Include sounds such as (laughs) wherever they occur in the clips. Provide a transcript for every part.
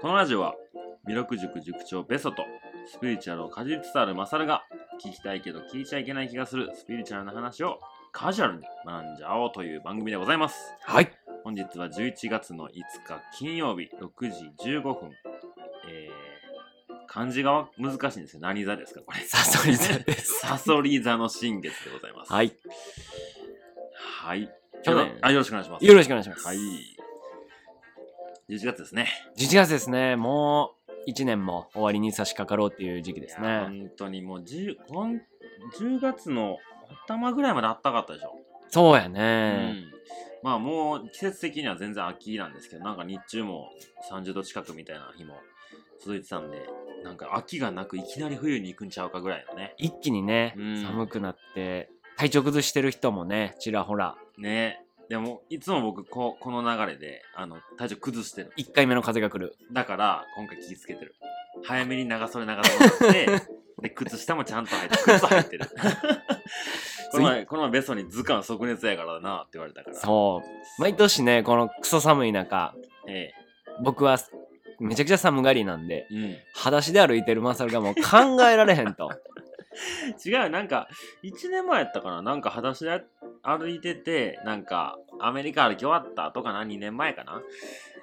このラジオは魅力塾塾長ベソとスピリチュアルをかじりつつあるマサルが聞きたいけど聞いちゃいけない気がするスピリチュアルな話をカジュアルに学んじゃおうという番組でございますはい。本日は11月の5日金曜日6時15分えー、漢字が難しいんですよ何座ですかこれサソリ座で (laughs) す。サソリ座の新月でございますはい。はい去年あよろしくお願いしますよろしくお願いします。はい。11月ですね。 11月ですね。もう1年も終わりに差し掛かろうっていう時期ですいやね。本当にもう 10, ほん10月の頭ぐらいまで暖かかったでしょ。そうやうね。。まあもう季節的には全然秋なんですけど、なんか日中も30度近くみたいな日も続いてたんで、なんか秋がなくいきなり冬に行くんちゃうかぐらいのね。一気にね、うん寒くなって、体調崩してる人もね、ちらほら、ねでもいつも僕ここの流れであの体調崩してる1回目の風が来る。だから今回気ぃつけてる早めに長袖長袖 (laughs) になってで靴下もちゃんと履いて靴履いてるこの前この前ベソに図鑑即熱やからなって言われたからうそう。毎年ね、このクソ寒い中、え僕はめちゃくちゃ寒がりなんで、えうん裸足で歩いてるマサルがもう考えられへ (laughs) んと。違うよなんか1年前やったかななんか裸足で歩いててなんかアメリカ歩き終わったとかな2年前かな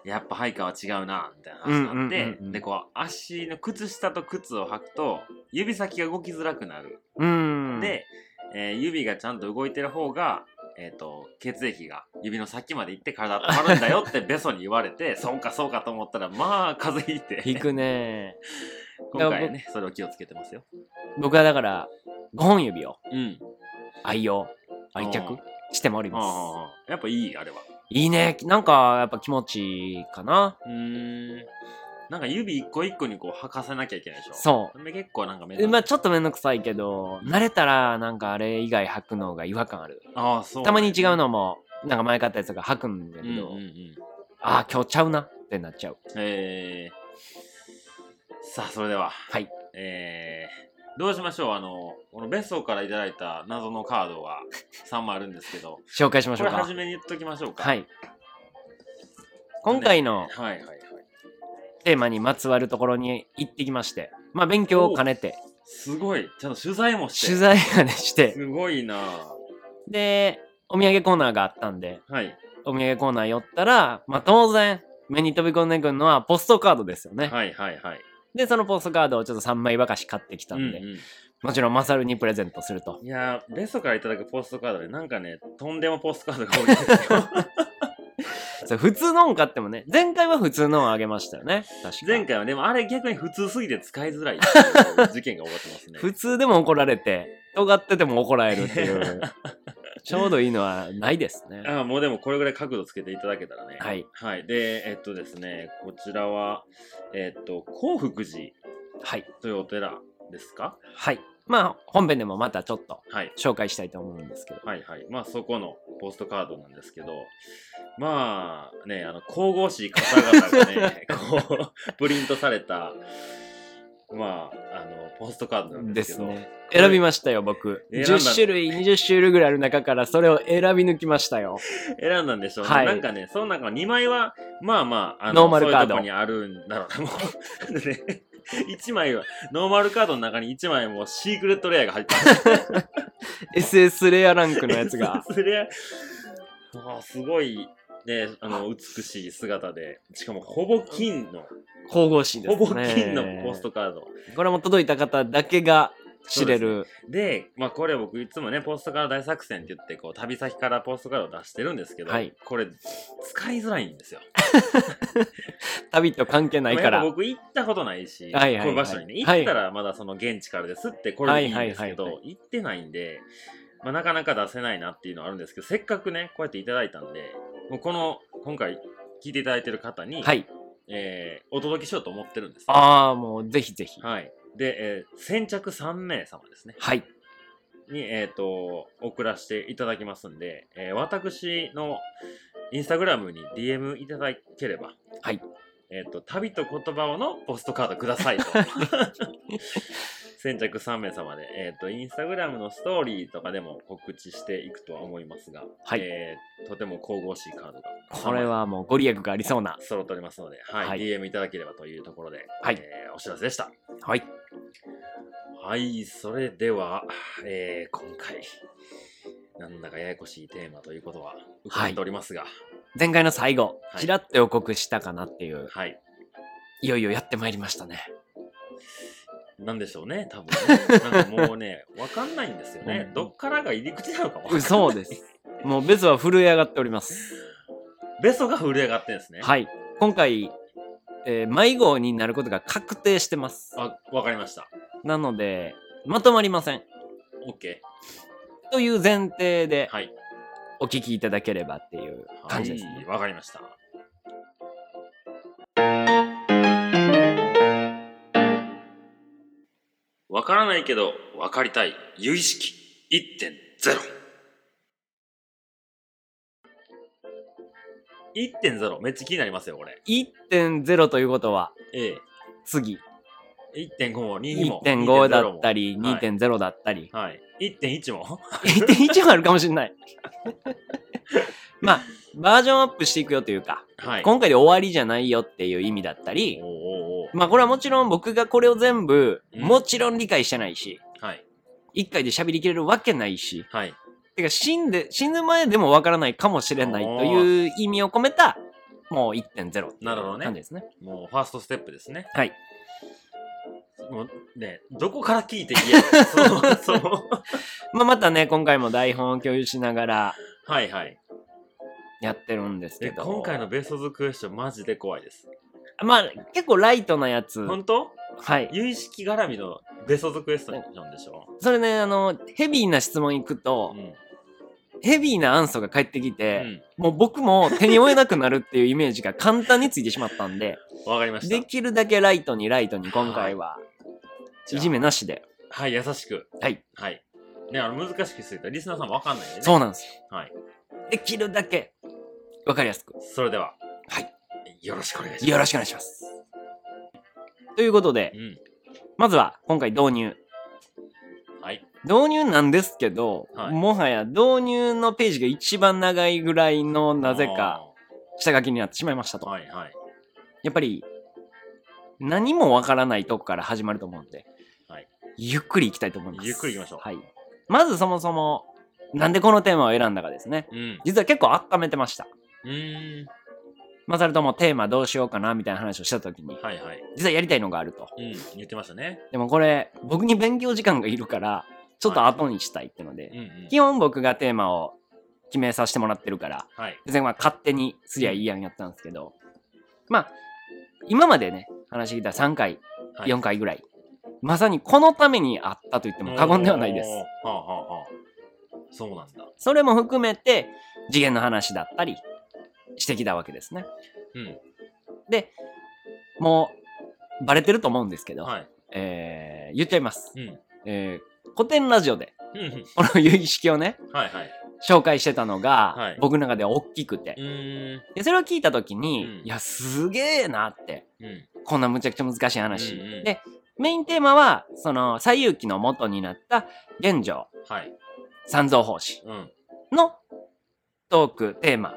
やっぱハイカーは違うなみたいな話になって、うんうんうんうんでこう足の靴下と靴を履くと指先が動きづらくなるうん。、で、えー指がちゃんと動いてる方が、えー、と血液が指の先まで行って体温まるんだ (laughs) よってベソに言われてそうかそうかと思ったらまあ風邪ひいて引くね。今回はねそれを気をつけてますよ。僕はだから、5本指をうん、愛用、愛うん着してもおりはあはます。あはあやっぱいいあれはいいね。なんか、やっぱ気持ちいいかな。うーんなんか指一個一個にこう履かせなきゃいけないでしょそうで結構なんかめえまあちょっとめんどくさいけど、慣れたら、なんかあれ以外履くのが違和感ある。ああそうたまに違うのも、なんか前買ったやつが履くんだうんけうんど、うんああ、今日ちゃうなってなっちゃう。えーさあそれでははい。えーどうしましょうあのこの別荘からいただいた謎のカード (laughs) が3枚あるんですけど紹介しましこょうれか初。めに言っときましょうかはい。今回のはいはいはいテーマにまつわるところに行ってきまして、まあ勉強を兼ねて、すごいちゃんと取材もして取材をねして、すごいなあで、お土産コーナーがあったんで、はいお土産コーナー寄ったら、まあ当然、目に飛び込んでくるのはポストカードですよね。はいはいはいで、そのポストカードをちょっと3枚ばかし買ってきたんで、うんうんもちろんマサルにプレゼントすると。いやー、ベストからいただくポストカードで、なんかね、とんでもポストカードが多いんです (laughs) よ。そう普通のを買ってもね、前回は普通のをあげましたよね。確か前回は、でもあれ逆に普通すぎて使いづらいっていう事件が起こってますね。普通でも怒られて、尖ってても怒られるっ (laughs) ていう、ちょうどいいのはないですね。ああ、もうでもこれぐらい角度つけていただけたらね。はい。はい。で、えっとですね、こちらは、えっと、興福寺はい。というお寺ですかはい。まあ、本編でもまたちょっとはい。紹介したいと思うんですけど。はいはい。まあ、そこのポストカードなんですけど、まあ、ね、あの、神々しい方々が (laughs) ね、こう、プリントされた、まあ、あの、ポストカードなんでですけすど、ね。選びましたよ、僕。選んだ10種類、20種類ぐらいある中から、それを選び抜きましたよ。選んだんでしょうね、はいなんかね、その中の2枚は、まあまあ、あノーマルカードそういうとこにあるんだろうな、もう。でね、1枚 (laughs) は、ノーマルカードの中に1枚もうシークレットレアが入ってる。。SS レアランクのやつが (laughs) それ、あーすごい、ね、あの、美しい姿で、しかもほぼ金の、神々しいですほね。ぼ金のポストカード。これも届いた方だけが知れる。で、まあこれ僕いつもね、ポストカード大作戦って言って、こう、旅先からポストカードを出してるんですけど、はいこれ、使いづらいんですよ。旅と関係ないかまあやっぱら。僕行ったことないし、はいはいはいこういう場所にねはい行ったらまだその現地からですってこれでいいんですけど、はいは行ってないんで、まあ、なかなか出せないなっていうのはあるんですけどせっかくねこうやっていただいたんでもうこの今回聞いていただいてる方に、はい。えーお届けしようと思ってるんです、ああ、もうぜひぜひ。はいで、えー先着3名様ですねはい。に、えー、と送らせていただきますんで、えー私のインスタグラムに DM いただければ、はい (laughs) えー、と旅と言葉をのポストカードくださいと。先着3名様で、えっ、と、インスタグラムのストーリーとかでも告知していくとは思いますが、はいえーとても神々しいカードが。これはもうご利益がありそうな。揃っておりますので、はい、はい DM いただければというところで、はいえーお知らせでした。はい。はい、それでは、えー今回、なんだかややこしいテーマということは伺っておりますが、前回の最後は、いちらっと予告したかなっていう、はい、いよいよやってまいりました (laughs) ね。なんでしょうね、多分ね。なんかもう (laughs) ね、わかんないんですよねう。んどっからが入り口なのかわかんないそうです。もうベスは震え上がっております。ベソが震え上がってんですね。い。はい。今回、えー迷子になることが確定してます。あ、わかりました。なので、まとまりません。 OK。という前提ではい。お聞きいただければっていう感じですね。はいわかりました。わからないけど、わかりたい。有意識1.0。1.0めっちゃ気になりますよこれ1.0ということは、え次、え1.5も2も1.5だったり、はい2.0だったり、はい1.1も (laughs) 1.1もあるかもしれない。まあ、バージョンアップしていくよというか、はい今回で終わりじゃないよっていう意味だったおりー、おーおーまあこれはもちろん僕がこれを全部、うんもちろん理解してないし、はい1回で喋りきれるわけないし、はいてか死んで、死ぬ前でもわからないかもしれないという意味を込めた、もう1.0っていうなるほどね感じですね。もうファーストステップですね。はい。もうね、どこから聞いていいやろそうそう。まあまたね、今回も台本を共有しながらはいはい。やってるんですけえど。今回のベストズクエスチョンマジで怖いです。まあ結構ライトなやつ。本当はい。有意識絡みのベストズクエスチョンでしょ、それね、あの、ヘビーな質問行くうとん、ヘビーなアンソが返ってきうて、ん。もう僕も手に負えなくなるっていうイメージが簡単についてしまったんで、わかりました。できるだけライトにライトに今回は、じゃいあじめなしで。はい、優しく。はい。はい。ね、あの難しくしすぎたらリスナーさんもわかんないんでね。そうなんですよ。はい。できるだけ、わかりやすく。それでは、はい。よろしくお願いします。よろしくお願いします。ということで、まずは今回導入。うん。はい。導入なんですけど、はいもはや導入のページが一番長いぐらいのなぜか下書きになってしまいましたあー。と。はいはい。やっぱり何もわからないとこから始まると思うんで、はいゆっくりいきたいと思います。ゆっくり行きましょうはい、まずそもそもなんでこのテーマを選んだかですね。うん。実は結構温めてました。うーん。まあ、それともテーマどうしようかなみたいな話をした時に、はいはい。実はやりたいのがあると。うん。言ってましたね。でもこれ僕に勉強時間がいるからちょっと後にしたいってので、うんうん。基本僕がテーマを決めさせてもらってるからはい。別にまあ勝手にすりゃいいやんやったんですけどまあ今までね話聞いた3回はい4回ぐらい、まさにこのためにあったと言っても過言ではないですおーはあはあはあ。そうなんだ。それも含めて次元の話だったりしてきたわけですねうん。でもうバレてると思うんですけど、はい。えー言っちゃいます、うん。えー古典ラジオでうんうん。この有意識をねはいはい。紹介してたのが、はい僕の中では大きくてう、ーん。でそれを聞いた時に、うんいやすげえなってうん。こんなむちゃくちゃ難しい話、うんうんでメインテーマはその西遊記の元になった玄奘はい。三蔵法師うん。のトークテーマ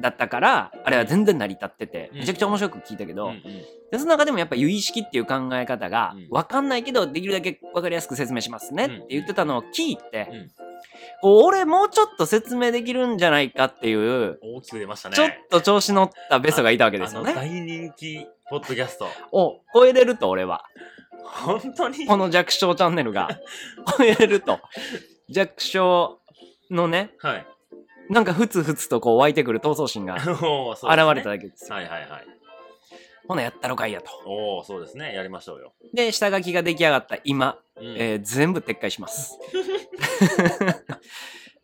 だったからあれは全然成り立っててうんめちゃくちゃ面白く聞いたけど、うんうんでその中でもやっぱ有意識っていう考え方がうん分かんないけどできるだけ分かりやすく説明しますねうっんて言ってたのを聞いて、うんこう俺もうちょっと説明できるんじゃないかっていう大きく出ましたね。ちょっと調子乗ったベソがいたわけですよあのね。大人気ポッドキャスト。を超えれると俺は。本当にこの弱小チャンネル (laughs) が超えれると。弱小のね、はい。 (laughs) なんかふつふつとこう湧いてくる闘争心が現おーそうですねれただけですよ。はいはいはい。ほなやったろかいやと。おおそうですね。やりましょうよ。で、下書きが出来上がった今、うんえー全部撤回し (laughs) ます。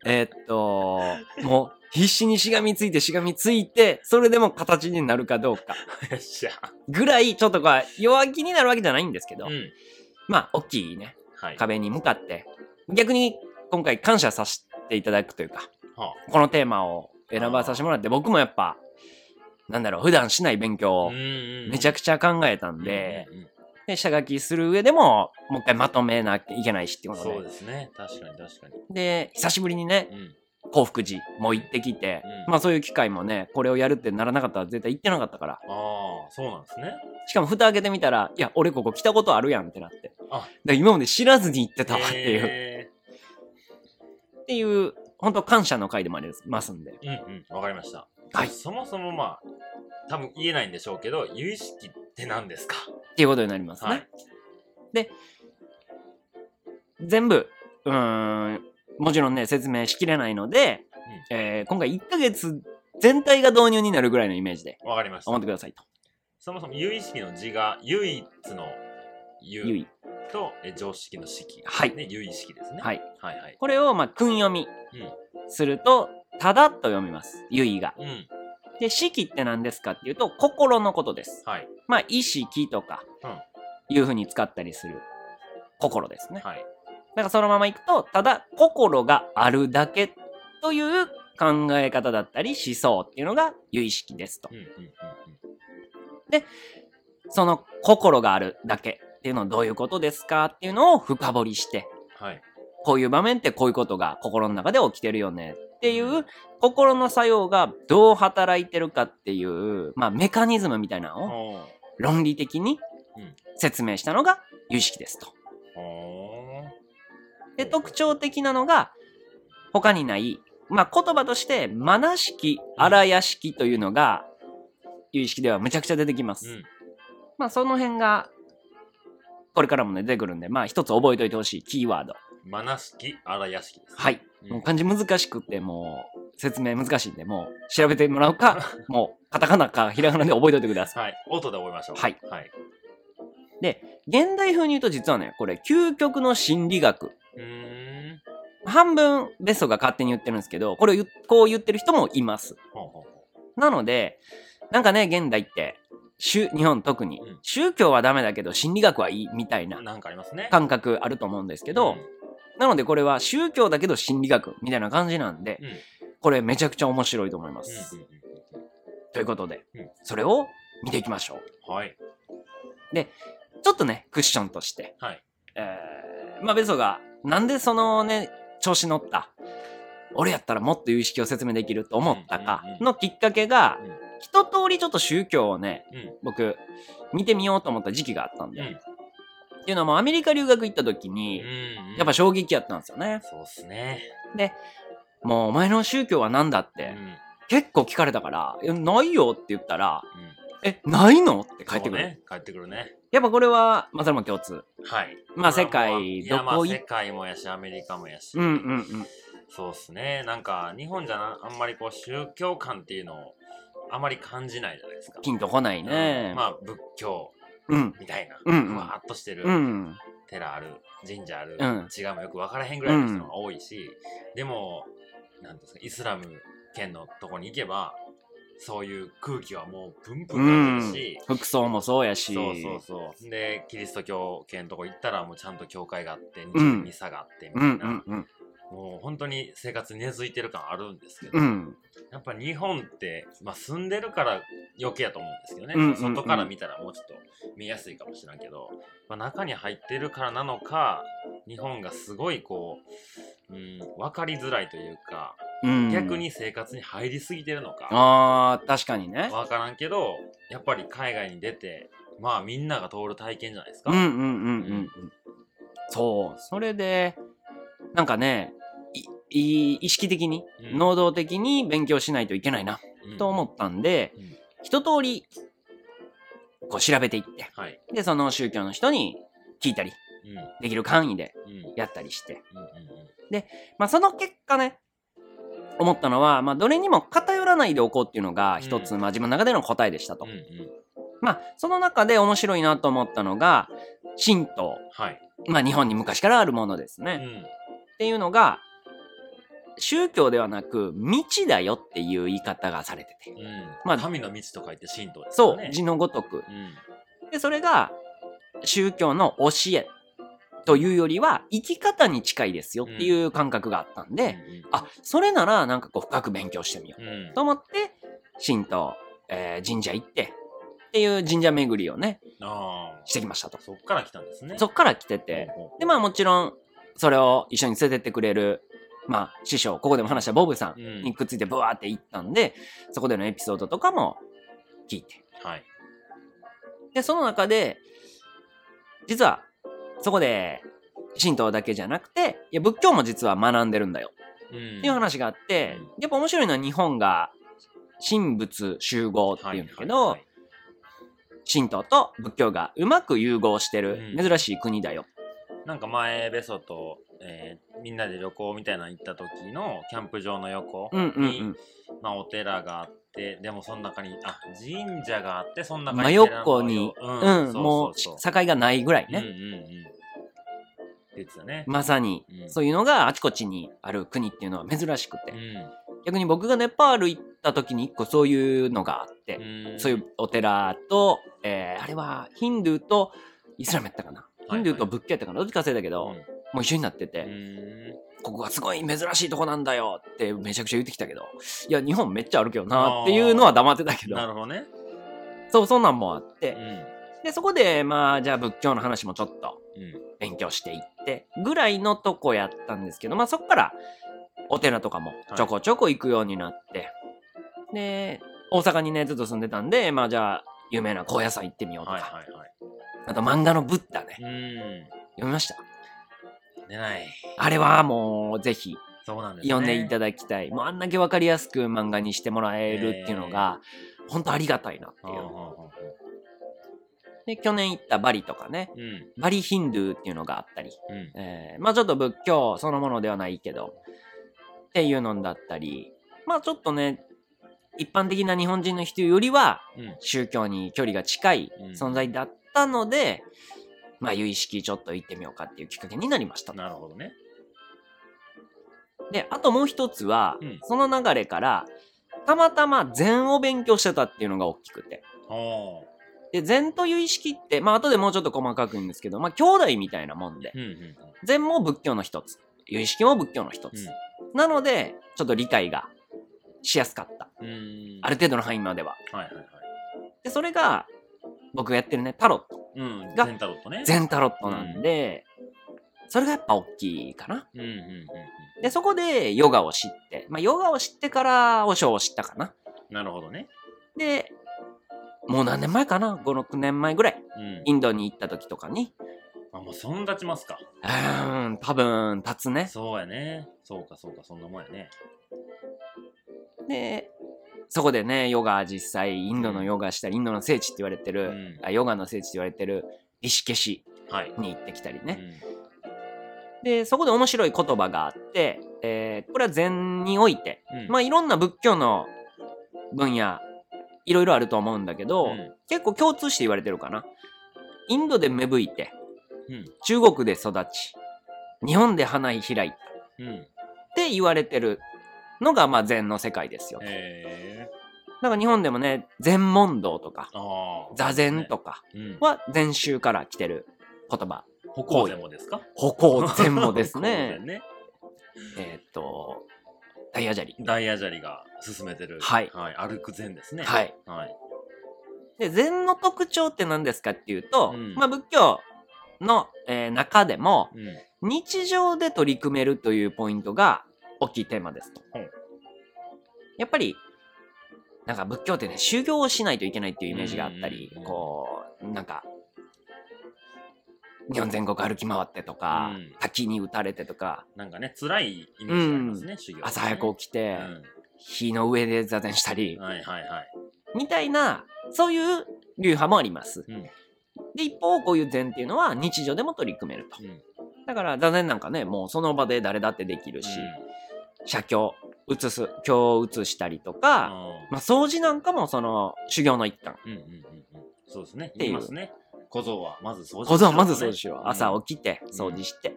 えーっと、もう必死にしがみついてしがみついて、それでも形になるかどうか (laughs) よっしゃ。ぐらい、ちょっとこう弱気になるわけじゃないんですけど、うん。まあ、大きいね、はい。壁に向かって、逆に今回感謝させていただくというか、はこのテーマを選ばさせてもらって、僕もやっぱ、なんだろう、普段しない勉強あをめちゃくくちゃ考えたんで、うんうんうんで、下書きする上でも、もう一回まとめなきゃいけないしっていうことそうでで。すね。確かに確かに。で、久しぶりにね、うん。幸福寺も行ってきて、うんまあそういう機会もね、これをやるってならなかったら絶対行ってなかったから。ああ、そうなんですね。しかも蓋開けてみたら、いや、俺ここ来たことあるやんってなって。あで今まで知らずに行ってたわっていう、へっていう、本当感謝の回でもありますんで。ーうんうん、わかりました。はいそもそもまあ、多分言えないんでしょうけど、有意識って何ですかっていうことになりますね。はい。全部、うーん、もちろんね、説明しきれないので、えー今回1ヶ月全体が導入になるぐらいのイメージでわかりまし思ったて。くださいと。そもそも有意識の字が唯一のゆ有い。とえ常識の式。はいね、有意識ですね。。はいい。はいはい。これを、まあ、訓読みすると、ただと読みます。ゆいが。うん。うん。で、式って何ですかっていうと、心のことです。はい。まあ、意識とかうん、いうふうに使ったりする心ですね。はい。だからそのままいくと、ただ心があるだけという考え方だったり思想っていうのが有意識ですとうん。うんうんうん。その心があるだけっていうのはどういうことですかっていうのを深掘りして、はい。こういう場面ってこういうことが心の中で起きてるよねっていううん心の作用がどう働いてるかっていう、まあメカニズムみたいなのをお論理的にうん説明したのが有意識ですと。ーおで、特徴的なのが、他にない、まあ、言葉として、マナ式、荒屋式というのが、有意識ではむちゃくちゃ出てきまーす。うん。まあ、その辺が、これからもね、出てくるんで、まあ、一つ覚えておいてほしいキーワード。まなしき、あらやしきですね。はい。うんもう漢字難しくて、もう、説明難しいんで、もう、調べてもらうか、 (laughs) もう、カタカナか、ひらがなで覚えておいてください。はい。音で覚えましょう。はい。はい。現代風に言うと、実はね、これ、究極の心理学。うーん。半分、ベストが勝手に言ってるんですけど、これを言うこう言ってる人もいます。ほうほうほなので、なんかね、現代って、宗日本特にうん、。宗教はダメだけど心理学はいいみたいうななんかありますね。感覚あると思うんですけど、なのでこれは宗教だけど心理学みたいな感じなんでうん、、うん。これめちゃくちゃ面白いと思いまうんす。うんうんということでうん、それを見ていきましょう。はい。ちょっとね、クッションとして、はい。えー、まあベソが、なんでそのね、調子乗った、俺やったらもっと有意識を説明できると思ったかうんうんうんのきっかけがうん、一通りちょっと宗教をね、うん。僕見てみようと思った時期があったんで、うんっていうのもアメリカ留学行った時に、うんうんやっぱ衝撃やったんですよねそうっすね。もうお前の宗教は何だっうて、ん結構聞かれたから「いやないよ」って言ったらうん「えないの?」って返ってそうくる、ね。帰ってくるね。やっぱこれはまあそれも共通はい。まあこれはもう世界いやどまあこ世い界もやし、アメリカもやし。うんうんうんそうっすね。なんか、日本じゃなあんまりこう、宗教観っていうのを、あまり感じないじゃないですか。ピンとこないね、うんまあ、仏教うんみたいな、うんうんふわーっとしてる、うん寺ある、神社ある、うん違うもよく分からへんぐらいの人が多いし、でも、なんですか、イスラム圏のとこに行けば、そういう空気はもう、ブンブうンん感じるし、服装もそうやしそうそうそう。で、キリスト教系のとこ行ったら、もうちゃんと教会があって、んミサがあって、みたういんな、うんうんもう本当に生活に根付いてる感あるんですけど、うんやっぱ日本って、まあ、住んでるから余計やと思うんですけどね、うんうんうん外から見たらもうちょっと見やすいかもしれんけど、まあ、中に入ってるからなのか、日本がすごいこう、うん、分かりづらいというか、うん逆に生活に入りすぎてるのか、あー確かにねわからんけどやっぱり海外に出てまあみんなが通る体験じゃないですか、うんうんうんうんうん。そう、それで、なんかね、いい意識的に、うん能動的に勉強しないといけないな、うんと思ったんで、うん一通り、こう調べていって、はい、で、その宗教の人に聞いたり、うんうんできる範囲でうんやったりして。うんうんまあ、その結果ね、思ったのは、まあ、どれにも偏らないでおこうっていうのが一つ、うんまあ、自分の中での答えでしたと。うんうんまあ、その中で面白いなと思ったのが、神道。はい、まあ、日本に昔からあるものですね。うん、っていうのが宗教ではなく道だよっていう言い方がされててうんままああ、神の道と書いて神道ですそようね。字のごとくうん。でそれが宗教の教えというよりは生き方に近いですよっていう感覚があったんで、あそれならなんかこう深く勉強してみようん、うんうと思って神道、えー神社行ってっていう神社巡りをね、あしてきましたとあ。。そっから来たんですね。そっから来てて、ほうほうで、まあもちろん、それを一緒に連れてってくれる、まあ師匠、ここでも話したボブさんうんにくっついてブワーって行ったんで、そこでのエピソードとかも聞いて。はい。で、その中で、実は、そこで、神道だけじゃなくて、いや、仏教も実は学んでるんだよ。うっんていう話があって、やっぱ面白いのは日本が、神仏集合っていうんだけど、はいはい神道と仏教がうまく融合してるうん珍しい国だよ。はいなんか前、ベソと、えーみんなで旅行みたいなの行った時のキャンプ場の横に、うんうんまあ、お寺があって、でもその中に、あ、神社があって、そのうん。中に真寺の横に、う、うんん、そもううそうそ。境がないぐらいうね。うんうんうん。出てたね。まさに、うんそういうのがあちこちにある国っていうのは珍しくて、う逆に僕がネパール行った時に一個そういうのがあって、ん。そういうお寺と、えーあれはヒンドゥーとイスラムやったかな、はいヒンドゥーと仏教やったかなどっちか忘れたけど、うん。もう一緒になってて、うんここがすごい珍しいとこなんだよってめちゃくちゃ言ってきたけどいや日本めっちゃあるけどなっていうのは黙ってたけどなるほどね。そうそんなんもあってう、ん。でそこでまあじゃあ仏教の話もちょっとうん。勉強していってぐらいのとこやったんですけど、まあ、そこからお寺とかもちょこちょこ行くようになって、で大阪にねずっと住んでたんでまあじゃあ有名な高野山行ってみようとか、はいはいはい。あと漫画の「ブッダね」うん。読みました出ない。あれはもうぜひそうなんですね。読んでいただきたい、もうあんだけ分かりやすく漫画にしてもらえるっていうのが、本当ありがたいなっていうんうで去年行ったバリとかねうんうん。バリヒンドゥーっていうのがあったりうん。うんえーまあちょっと仏教そのものではないけど、っていうのだったり、まあちょっとね、一般的な日本人の人よりはうん宗教に距離が近いうん存在だったので、まあ有意識ちょっと行ってみようかっていうきっかけになりました。なるほどね。で、あともう一つは、うんその流れから、たまたま禅を勉強してたっていうのが大きくて。おーで、禅という意識って、まあ後でもうちょっと細かく言うんですけど、まあ兄弟みたいなもんでう、んうん禅も仏教の一つ、有意識も仏教の一つ。なので、ちょっと理解がしやすかった。うん。うん。ある程度の範囲までは。はいはいはい。で、それが、僕がやってるね、タロット。うん。が全タロットね。全タロットなんで、それがやっぱ大きいかな。うんうんうんで、そこでヨガを知って、まあ、ヨガを知ってから、和尚を知ったかな。うん。なるほどね。で、もう何年前かな ?5、6年前ぐらい。うんイ。ンドに行った時とかに、あ、もうそんなちますか。うーん、多分、経つね。そうやね。そうかそうか、そんなもんやね。で、そこでね、ヨガ実際、インドのヨガしたり、インドの聖地って言われてうる、ん。あヨガの聖地と言われてるイシケシはい。に行ってきたりうね、んでそこで面白い言葉があって、えーこれは禅において、うん。まあいろんな仏教の分野いろいろあると思うんだけど、うん結構共通して言われてるかなインドで芽吹いてうん中国で育ち日本で花開いたっうん。て言われてるのがまあ禅の世界ですよ、えだから日本でもね禅問答とかー。ああ。座禅とかうん。は禅宗から来てる言葉歩行禅もですか歩行禅もです (laughs) 歩行ね禅。ね。えーっと、ダイヤ砂利。ダイヤ砂利が進めてる。はい歩く禅ですね。はい。はい。で、禅の特徴って何ですかっていうと、うんまあ仏教の、えー中でも、うん。日常で取り組めるというポイントが大きいテーマですと。うんやっぱり、なんか仏教ってね、修行をしないといけないっていうイメージがあったり、うんうんうんこう、なんか、日本全国歩き回ってとか、うん滝に打たれてとか、なんかね、辛いイメージがありますね、修行、ね。朝早く起きうて、ん。火の上で座禅したり、はいはいはい。みたいな、そういう流派もあります。うんで、一方、こういう禅っていうのは日常でも取り組めるとう。ん。だから、座禅なんかね、もうその場で誰だってできるし、写経、写す、経を写したりとか、まあ、掃除なんかもその修行の一環。うんうんうんうん。そうですね。てい言ういますね。小僧はまず掃除小僧はまず掃除しうよんう。朝起きて、掃除して。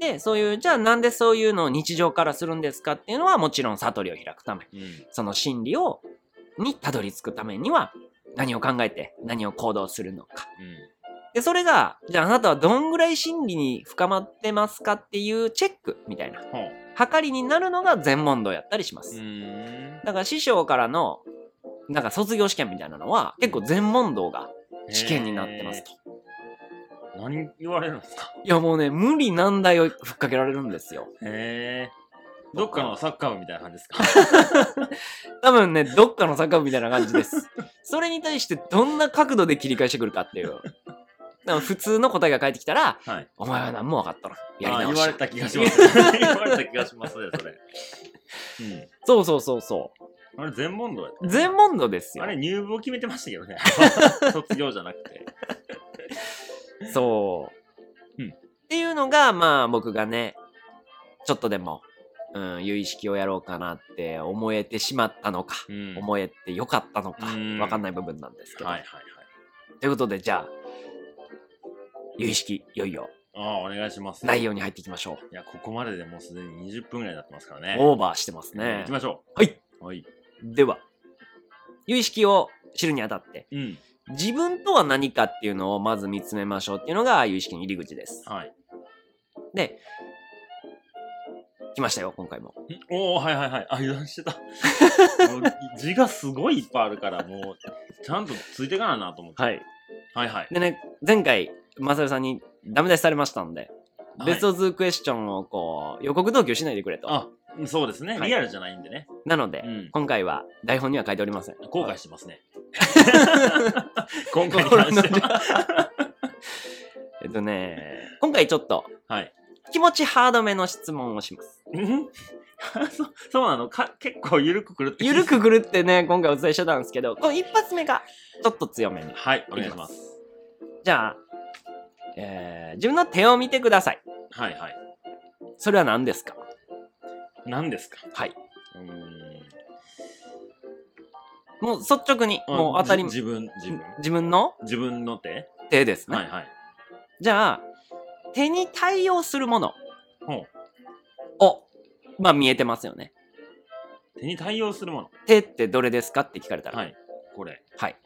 で、そういう、じゃあなんでそういうのを日常からするんですかっていうのは、もちろん悟りを開くため。うん。その心理を、にたどり着くためには、何を考えて、何を行動するのか。で、それが、じゃああなたはどんぐらい心理に深まってますかっていうチェックみたいな、うん。ほ測りになるのが全問答やったりしまう。うす。ーん。だから師匠からの、なんか卒業試験みたいなのは、結構全問答が試験になってますと。えー。何言われるんですかいやもうね、無理難題をふっかけられるんですよ。へえー。どっかのサッカー部みたいな感じですか (laughs) 多分ね、どっかの坂みたいな感 (laughs) じです。それに対してどんな角度で切り返してくるかっていう。だから普通の答えが返ってきたら、はい。お前は何も分かっとらん。やりあ直言し。われた気がします。言われた気がしますね、それ。 (laughs) そうそうそうそうん。あれ、全問答やっう。全問答ですたよあ。れ、入部を決めてましたけ (laughs) どね。卒業じゃなくて。そう。うんっていうのが、まあ僕がね、ちょっとでも、うん、有意識をやろうかなって思えてしまったのか、うん思えてよかったのか、うんわかんない部分なんですけど。はいはいはい。ということで、じゃあ、有意識、いよいよああ、お願いします。内容に入っていきましょう。いや、ここまででもうすでに20分ぐらいになってますからね。オーバーしてますね行き。ましょう。はい。はい。では、有意識を知るにあたって、うん。自分とは何かっていうのをまず見つめましょうっていうのが有意識の入り口です。はい。で、来ましたよ、今回も。んおおはいはいはい。あ、油断して (laughs) た。もう字がすごいいっぱいあるから、もう、ちゃんとついていかないなと思って。はい。はいはい。でね、前回、マサルさんにダメ出しされましたんで、はいベストズクエスチョンをこう、予告同居しないでくれと。あ、そうですね。はいリアルじゃないんでね。なので、うん今回は台本には書いておりません。後悔してますね。今回に関しては。えっとね、今回ちょっとはい。気持ちハードめの質問を (laughs) します。んそそうなのか結構ゆるくくるって聞いゆてるくぐるってね、今回お伝えしてたんですけど、この一発目がちょっと強めに。はい、お願いします。じゃあ、えー自分の手を見てください。はいはい。それは何ですか何ですかはい。うーん。もう率直に、あもう当たり、じ自分、自分。自分の自分の手手ですね。はいはい。じゃあ、手に対応するものほを、まあ見えてますよね。う。手に対応するもの。手ってどれですかって聞かれたら。。はいい。これ。はい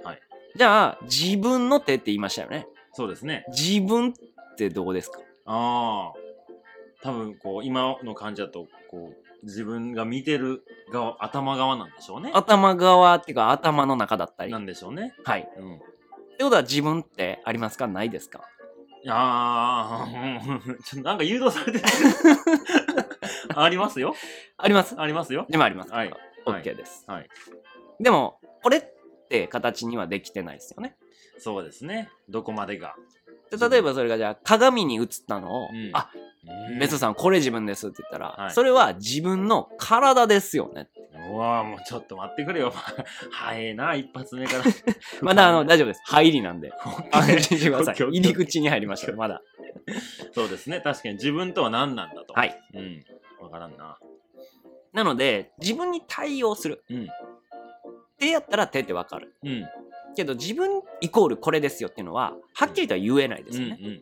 じゃあ、自分の手って言いましたよね。そうですね。自分ってどこですかああ。多分、こう、今の感じだと、こう、自分が見てる側、頭側なんでしょうね。頭側っていうか頭の中だったり。なはい。んでしょうね。ってうん。ことは自分ってありますかないですかああ、うんちょっとなんか誘導されてる。 (laughs) ありますよ。ありますありますよ。でもあります。はい。はい OK です。はい。でも、これって形にはできてないですよね。そうですね。どこまでが。で例えばそれがじゃあ鏡に映ったのを、うんあ、メソさんこれ自分ですって言ったら、はいそれは自分の体ですよね。ん。うわあ、もうちょっと待ってくれよ。 (laughs) 早えな、一発目から。 (laughs) まだ (laughs) あの、大丈夫です。入りなんで。安心してくださオッい。ケーオッケー入り口に入りました。まだ。 (laughs) そうですね。確かに自分とは何なんだと。は。い。うん。わからんな。なので、自分に対応する。うん。手やったら手ってわかる。うん。けど、自分イコールこれですよっていうのは、はっきりとは言えないでうん。うすんよね。。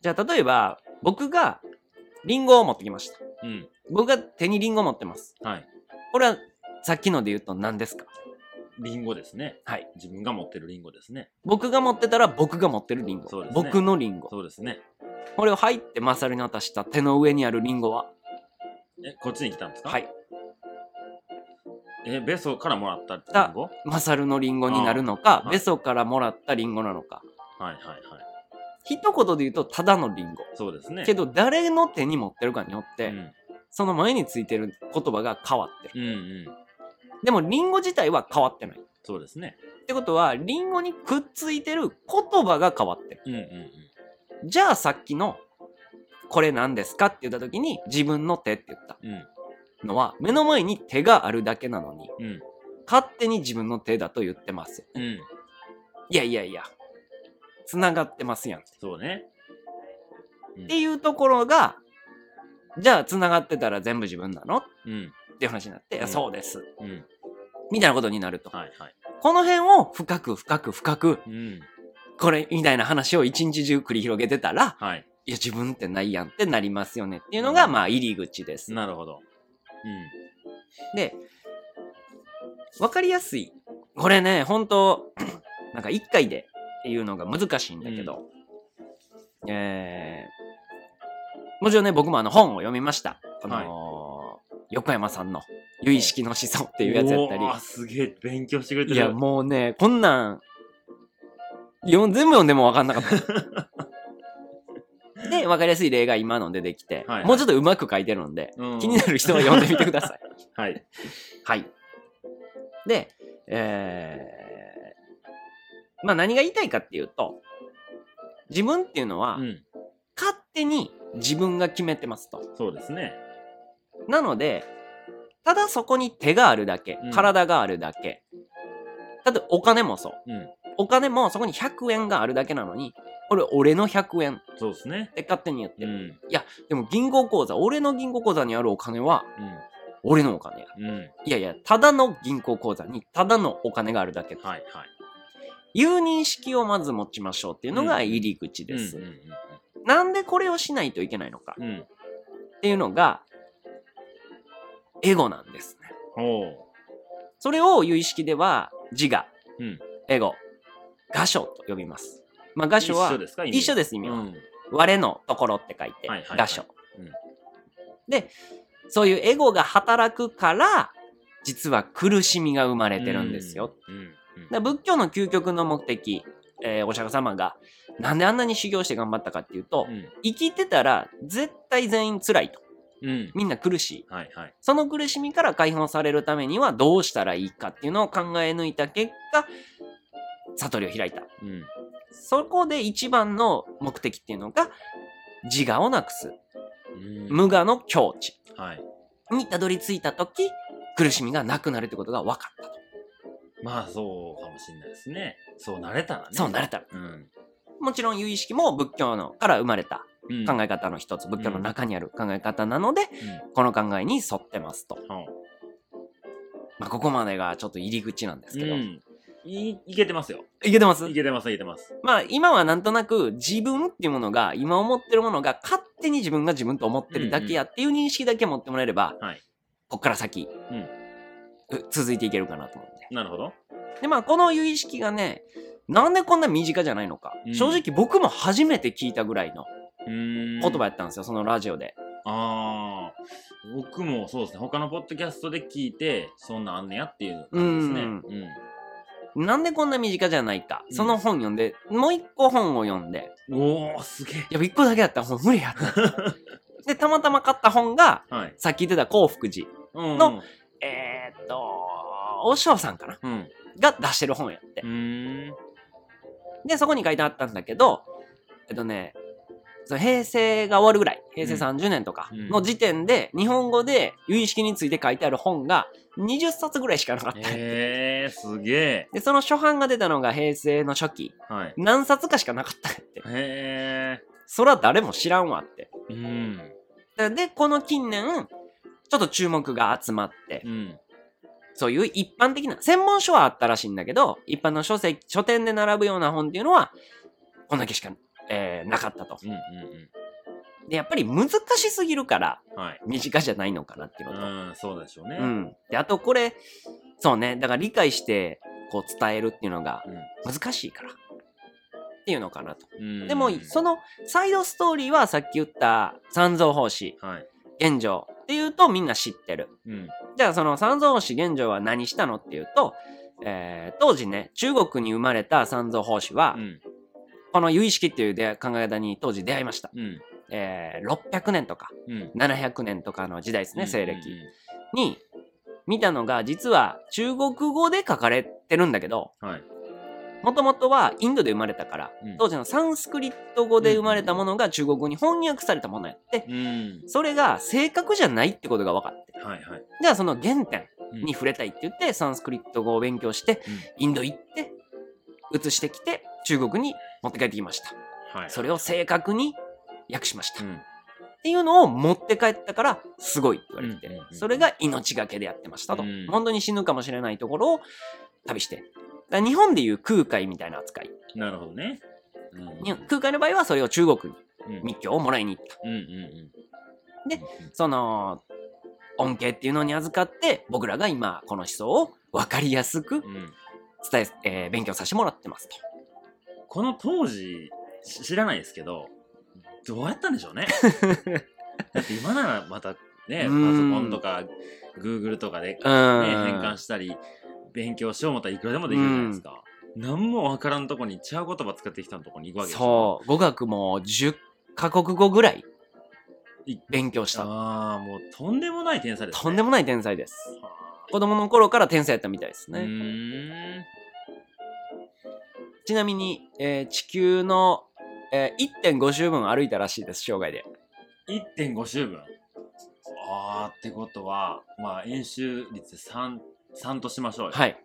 じゃあ、例えば、僕がリンゴを持ってきました。うん。うん。僕が手にリンゴを持ってます。はい。これは、さっきので言うと何ですかリンゴですね。はい。自分が持ってるリンゴですね。僕が持ってたら僕が持ってるリンゴ。そうですね僕のリンゴ。そうですね。これを入ってマサルに渡した手の上にあるリンゴは、え、こっちに来たんですかは。い、え、ベソからもらったリンゴはいマサルのリンゴになるのかあ、ーベソからもらったリンゴなのか。はいはい。一言で言うとただのリンゴ。そうですね。けど誰の手に持ってるかによっうて、ん。その前についてる言葉が変わってる。うんうん。でもリンゴ自体は変わってない。っそうですね。てことは、リンゴにくっついてる言葉が変わってる。うんうんうん。じゃあさっきの、これ何ですかって言った時に自分の手って言ったうんのは目の前に手があるだけなのにうん勝手に自分の手だと言ってますようん。いやいやいや、つながってますやん。っそうね。ていうところが、じゃあつながってたら全部自分なのっうんていう話になって、うんそうです。うん。みたいなことになると。はいはい。この辺を深く深く深く、うん。これみたいな話を一日中繰り広げてたら、はい。いや自分ってないやんってなりますよねっていうのが、うんまあ入り口です。なるほど。で、わかりやすい。これね、本当 (clears throat) なんか一回でっていうのが難しいんだけど、えーもちろんね、僕もあの本を読みました。この、横山さんの由意識の思想っていうやつやったうりわすげえ、勉強してくれてる。いやもうねこんなんよん全部読んでも分かん (laughs) なかったで分かりやすい例が今の出てきて、はいはいもうちょっとうまく書いてるんで、うん気になる人は読んでみてください (laughs) はい。はいでえー、まあ何が言いたいかっていうと自分っていうのは、うん。勝手に自分が決めてますとそうですね。なので、ただそこに手があるだけうん、体があるだけ。だってお金もそう。うん。お金もそこに100円があるだけなのに、これ俺の100円っそうですね。て勝手に言ってうる。ん。でも銀行口座、俺の銀行口座にあるお金は俺のお金や。うん。うん。いやいや、ただの銀行口座にただのお金があるだけ。はいはい。いう認識をまず持ちましょうっていうのが入り口です。うんうんなんでこれをしないといけないのかうんうん。うん。っていうのが、エゴなんですね。ほう。それを有意識では自我、うんエゴ、我所と呼びます。まあ、我所は一緒ですか一緒でです、意味は。うん。我のところって書いて、はいはいはい我所、うんで、そういうエゴが働くから、実は苦しみが生まれてるんですよ。うん。うん。だから仏教の究極の目的、えーお釈迦様が、なんであんなに修行して頑張ったかっていうと、うん。生きてたら絶対全員辛いと。うん。みんな苦しい。はいはい。その苦しみから解放されるためにはどうしたらいいかっていうのを考え抜いた結果、悟りを開いうた。ん。そこで一番の目的っていうのが、自我をなくす、うん。無我の境地はい。にたどり着いたとき、苦しみがなくなるってことが分かったと。まあそうかもしれないですね。そうなれたらね。そうなれたら。うん。もちろん、有意識も仏教のから生まれたうん。考え方の一つ、仏教の中にある考え方なので、うんこの考えに沿ってますと。はあまあ、ここまでがちょっと入り口なんですけど。ういん。い、いけてますよ。けてますいけてます、いけてます。まあ今はなんとなく自分っていうものが今思ってるものが勝手に自分が自分と思ってるだけやっていう認識だけ持ってもらえれば、はいこっから先、う続いていけるかなと思うんで。なるほど。でまあこの有意識がねなんでこんな身近じゃないのか、うん正直僕も初めて聞いたぐらいのうーん。言葉やったんですよ、そのラジオで。ああ。僕もそうですね。他のポッドキャストで聞いて、そんなんあんねやっていううん感じですね。うん。なんでこんな身近じゃないか、うんその本読んでもう一個本を読んでおおすげえ。いや一個だけだったらもう無理やった (laughs) でたまたま買った本がはい。さっき言ってた幸福寺うん。のえーっと、お尚さんかなうん。が出してる本やってう。ーん。で、そこに書いてあったんだけど、えっとね、その平成が終わるぐらい、平成30年とかうんの時点で、日本語で有意識について書いてある本が20冊ぐらいしかなかった。えー、すげえ。で、その初版が出たのが平成の初期、はい。何冊かしかなかったって。へえ。そら誰も知らんわって。うん。だで、この近年、ちょっと注目が集まって、うん。そういう一般的な、専門書はあったらしいんだけど、一般の書籍、書店で並ぶような本っていうのは、こんだけしか、えーなかったと。うんうんで、やっぱり難しすぎるから、うん。はい。身近じゃないのかなっていうのと。うん、そうでしょうね。うん。で、あとこれ、そうね、だから理解して、こう伝えるっていうのが難しいから。っていうのかなと。うん。でも、その、のサイドストーリーはさっき言った三蔵法師、はい。玄奘っていうとみんな知ってる。うん。じゃあその三蔵法師玄奘は何したのっていうと、えー当時ね中国に生まれた三蔵法師は、うん。この由意識という出会考え方に当時出会いました、うん。えー600年とかうん。 700年とかの時代ですね西暦うんうんに見たのが実は中国語で書かれてるんだけどうん。はい。もともとはインドで生まれたからうん当時のサンスクリット語で生まれたものが中国語に翻訳されたものやってうん。それが正確じゃないってことが分かってはいはい。じゃあその原点うんに触れたいって言ってサンスクリット語を勉強してインド行って移してきて中国に持って帰ってきましたはい。それを正確に訳しました、うっん。ていうのを持って帰ったからすごいって言われてて、うんうんうんうんそれが命がけでやってましたと、うん本当に死ぬかもしれないところを旅してだから日本でいう空海みたいな扱いなるほどね。うん。に空海の場合はそれを中国にうん密教をもらいに行ったうんうんうん。でうんうん、その恩恵っていうのに預かって僕らが今この思想を分かりやすくうん伝ええー勉強させてもらってますと。この当時、 (laughs) し知らないですけど、どうやったんでしょうね。だって今ならまたね、パソうんコンとか、Google とかで、ね、う変ん。換したり、勉強しよう思ったらいくらでもできるじゃないですか。何もわからんとこに、ちゃう言葉使ってきたとこに行くわけですそう。語学も10カ国語ぐらいい勉強した。ああ、もうとんでもない天才です、ね。とんでもない天才です。は子供の頃から天才やったみたいですあうね。ーん。ちなみに、えー地球の、えー1.5周分歩いたらしいです、生涯で。 1.5周分。ああ、ってことは、まあ、演習率3、3としましょうよ。はい。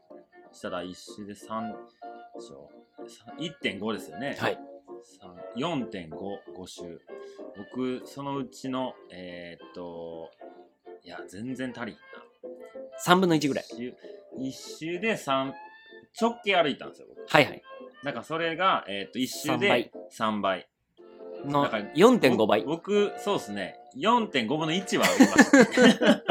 したら1周で3でしょ。さ1.5ですよね。はい。さん4.5、5周。僕、そのうちの、えーっと、いや、全然足りひんな。 3分の1ぐらい。 1周一周で3、直径歩いたんですよ、僕。はいはい。なんかそれが、えーっと、1周で3倍。のだから4.5倍。僕、そうですね。4.5分の1はありま (laughs) した。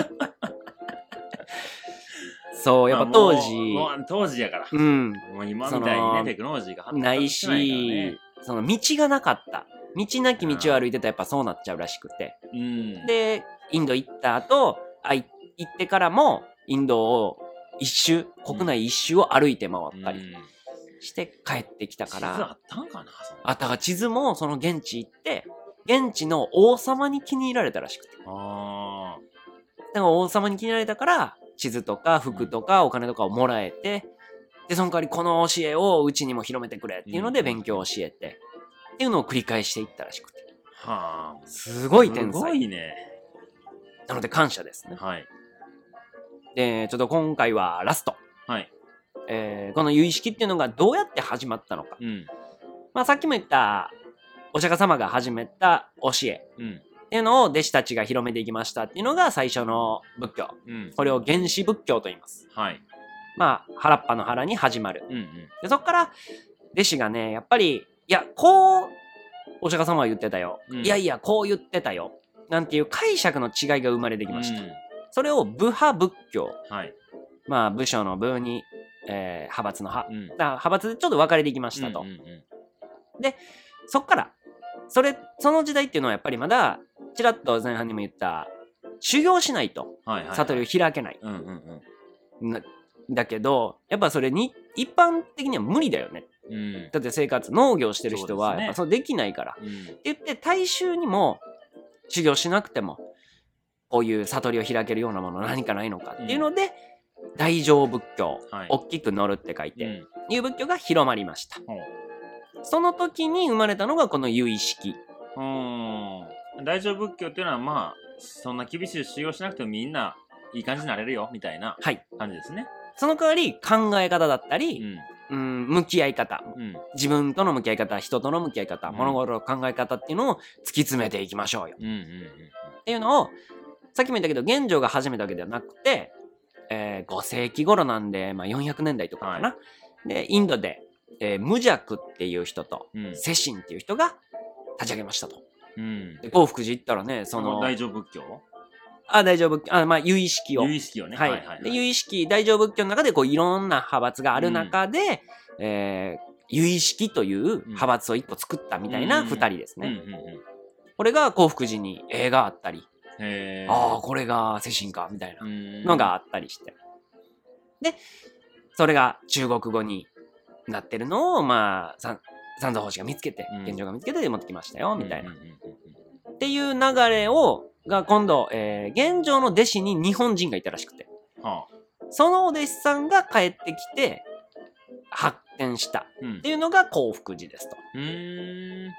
そう、やっぱ当時、ま (laughs) あもうもう当時やから。うん、もう今みたいにそね、のテクノロジーが発な達いししてないからね。その道がなかった。道なき道を歩いてたらやっぱそうなっちゃうらしくて。うん。で、インド行った後、あい行ってからも、インドを一周、国内一周を歩いて回うったりんして帰ってきたか地図あら、ったんかなそんなあたが地図もその現地行って、現地の王様に気に入られたらしくて。あでも王様に気に入られたから、地図とか服とかお金とかをもらえて、で、その代わりこの教えをうちにも広めてくれっていうのうでん勉強を教えて、っていうのを繰り返していったらしくて。ーはあ。すごい天すご才。いね。なので感謝ですね。はい。で、ちょっと今回はラスト。はい。えーこの由式っていうのがどうやって始まったのか。うん。まあさっきも言った、お釈迦様が始めた教えうん。っていうのを弟子たちが広めていきましたっていうのが最初の仏教。うん。これを原始仏教と言います。はい。まあ、原っぱの原に始まる。うんうん。で、そこから、弟子がね、やっぱり、いや、こう、お釈迦様は言ってたよ。うんいやいや、こう言ってたよ。なんていう解釈の違いが生まれてきました。うんそれを部派仏教。はい。まあ、部署の部に、えー派閥の派。うん。だから派閥でちょっと分かれていきましたと。うんうんうんそっから、それ、その時代っていうのはやっぱりまだ、ちらっと前半にも言った、修行しないとはいはい。悟りを開けない。うんうんうん。なだけど、やっぱそれに、一般的には無理だよね。うん。だって生活、農業してる人そうは、ですねやっぱそうできないから。うん。って言って大衆にも修行しなくてもこういう悟りを開けるようなもの何かないのかっていうので、大乗仏教はい。大きく乗るって書いて、うんいう仏教が広まりましたほうその時に生まれたのがこの由意識うーん大乗仏教っていうのはまあそんな厳しい修行しなくてもみんないい感じになれるよみたいなはい感じですね。その代わり考え方だったうり、んうん、向き合い方うん自分との向き合い方人との向き合い方、うん物事の考え方っていうのを突き詰めていきましょうようんうんっていうのをさっきも言ったけど玄奘が始めたわけではなくて、え5世紀頃なんで、まあ、400年代とかかな、でインドで、えー無弱っていう人とうんうん世親っていう人が立ち上げましたと。うんで興福寺行ったらねそそのの大乗仏教あ大丈夫あまあ由意識を。有意識をね。はいで由意識大乗仏教の中でこういろんな派閥がある中で、えー由意識という派閥を一個作ったみたいな2人ですね。うんうんうんこれが興福寺に映画あったり、へーああこれが世親かみたいなう。んのがあったりして。で、それが中国語になってるのを、まあ、三三蔵法師が見つけてうん、現状が見つけて持ってきましたよ、みたいな。うんうんうんっていう流れを、が今度、えー、現状の弟子に日本人がいたらしくて、うんはあそのお弟子さんが帰ってきて、発展したっうんていうのが幸福寺ですと。うーん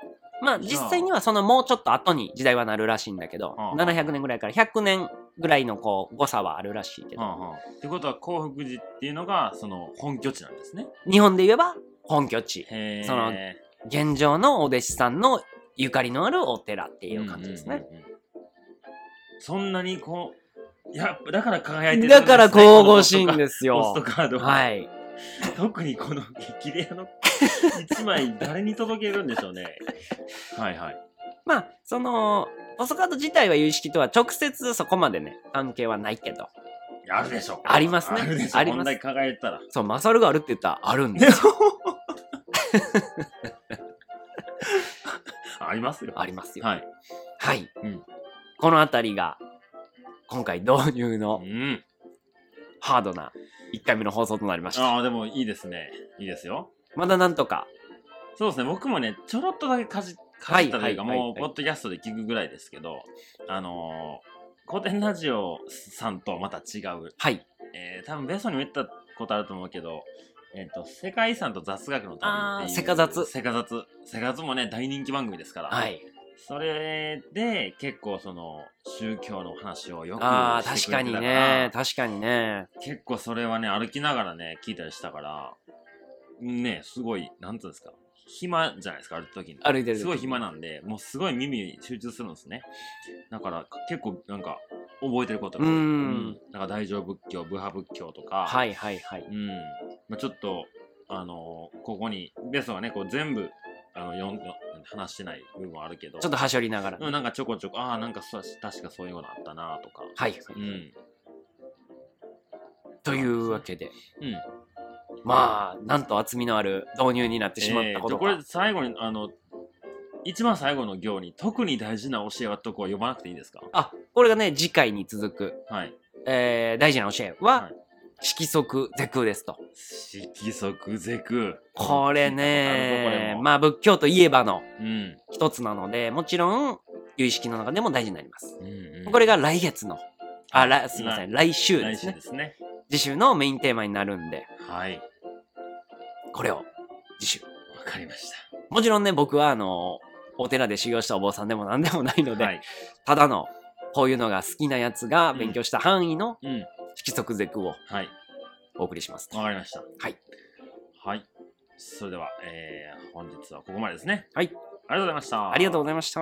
まあじゃあ実際にはそのもうちょっと後に時代はなるらしいんだけどあ、あ700年ぐらいから100年ぐらいのこう誤差はあるらしいけどは、あはあってことは興福寺っていうのがその本拠地なんですね。日本で言えば本拠地。へーその現状のお弟子さんのゆかりのあるお寺っていう感じですね。うんうんうんうん。そんなにこう、やっぱだから輝いてるんですねだから神々しいんですこのポスよト。カードははい。特にこの激レアの一枚誰に届けるんでしょうね。はいはい。まあ、その、ポストカード自体は有意識とは直接そこまでね、関係はないけど。あるでしょ。ありますねあるでしあょ。りこますんだけ輝いてた (laughs) ら。そう、マサルがあるって言ったらあるん (laughs) ですよ。ありますよ。ありますよ。はい。はい。うんこのあたりが、今回導入のうん。ハードな1回目の放送となりました。ああ、でもいいですね。いいですよ。まだなんとか、そうですね、僕もね、ちょろっとだけかじかじったというか、はいはいもう、はいはポいッドキャストで聞くぐらいですけど、あのー、古典ラジオさんとはまた違う、はい。えー、多分ベーソンにも言ったことあると思うけど、えっ、と、世界遺産と雑学の旅あーっていう。セカ雑セカ雑。セカ雑もね、大人気番組ですから。はい。それで、結構その、宗教の話をよくああ、し確てくかれてにたね。確かにね。結構それはね歩きながらね聞いたりしたからねすごいなんつうんですか暇じゃないですか歩く時に歩いてる時すごい暇なんでもうすごい耳に集中するんですねだから結構なんか覚えてることが多いうんなんか大乗仏教部派仏教とかはいはいはい。うんまあ、ちょっとあのここにベスはねこう全部あの読ん話してない部分はあるけどちょっと端折りながら。うんなんかちょこちょこああんかそう確かそういうのあったなとかはい。うんというわけで、うんまあ、なんと厚みのある導入になってしまったことえーが、でこれ最後にあの一番最後の行に特に大事な教えはとこは読まなくていいんですかあ、これがね、次回に続く、はいえー大事な教えは、はい色即是空ですと。色即是空これ聞いたことあるぞこれねも、まあ仏教といえばのうん一つなので、もちろん、有意識の中でも大事になります。うんうんこれが来月の、あ、らすいません、来週来です週ねで。すね次週のメインテーマになるんで、はいこれを、次週。わかりましたもちろんね、僕はあの、お寺で修行したお坊さんでも何でもないので、はいただの、こういうのが好きなやつが勉強した範囲のうん色即是空をはいお送りしますと。わかりましたはいはいそれでは、えー本日はここまでですねはいありがとうございましたありがとうございました。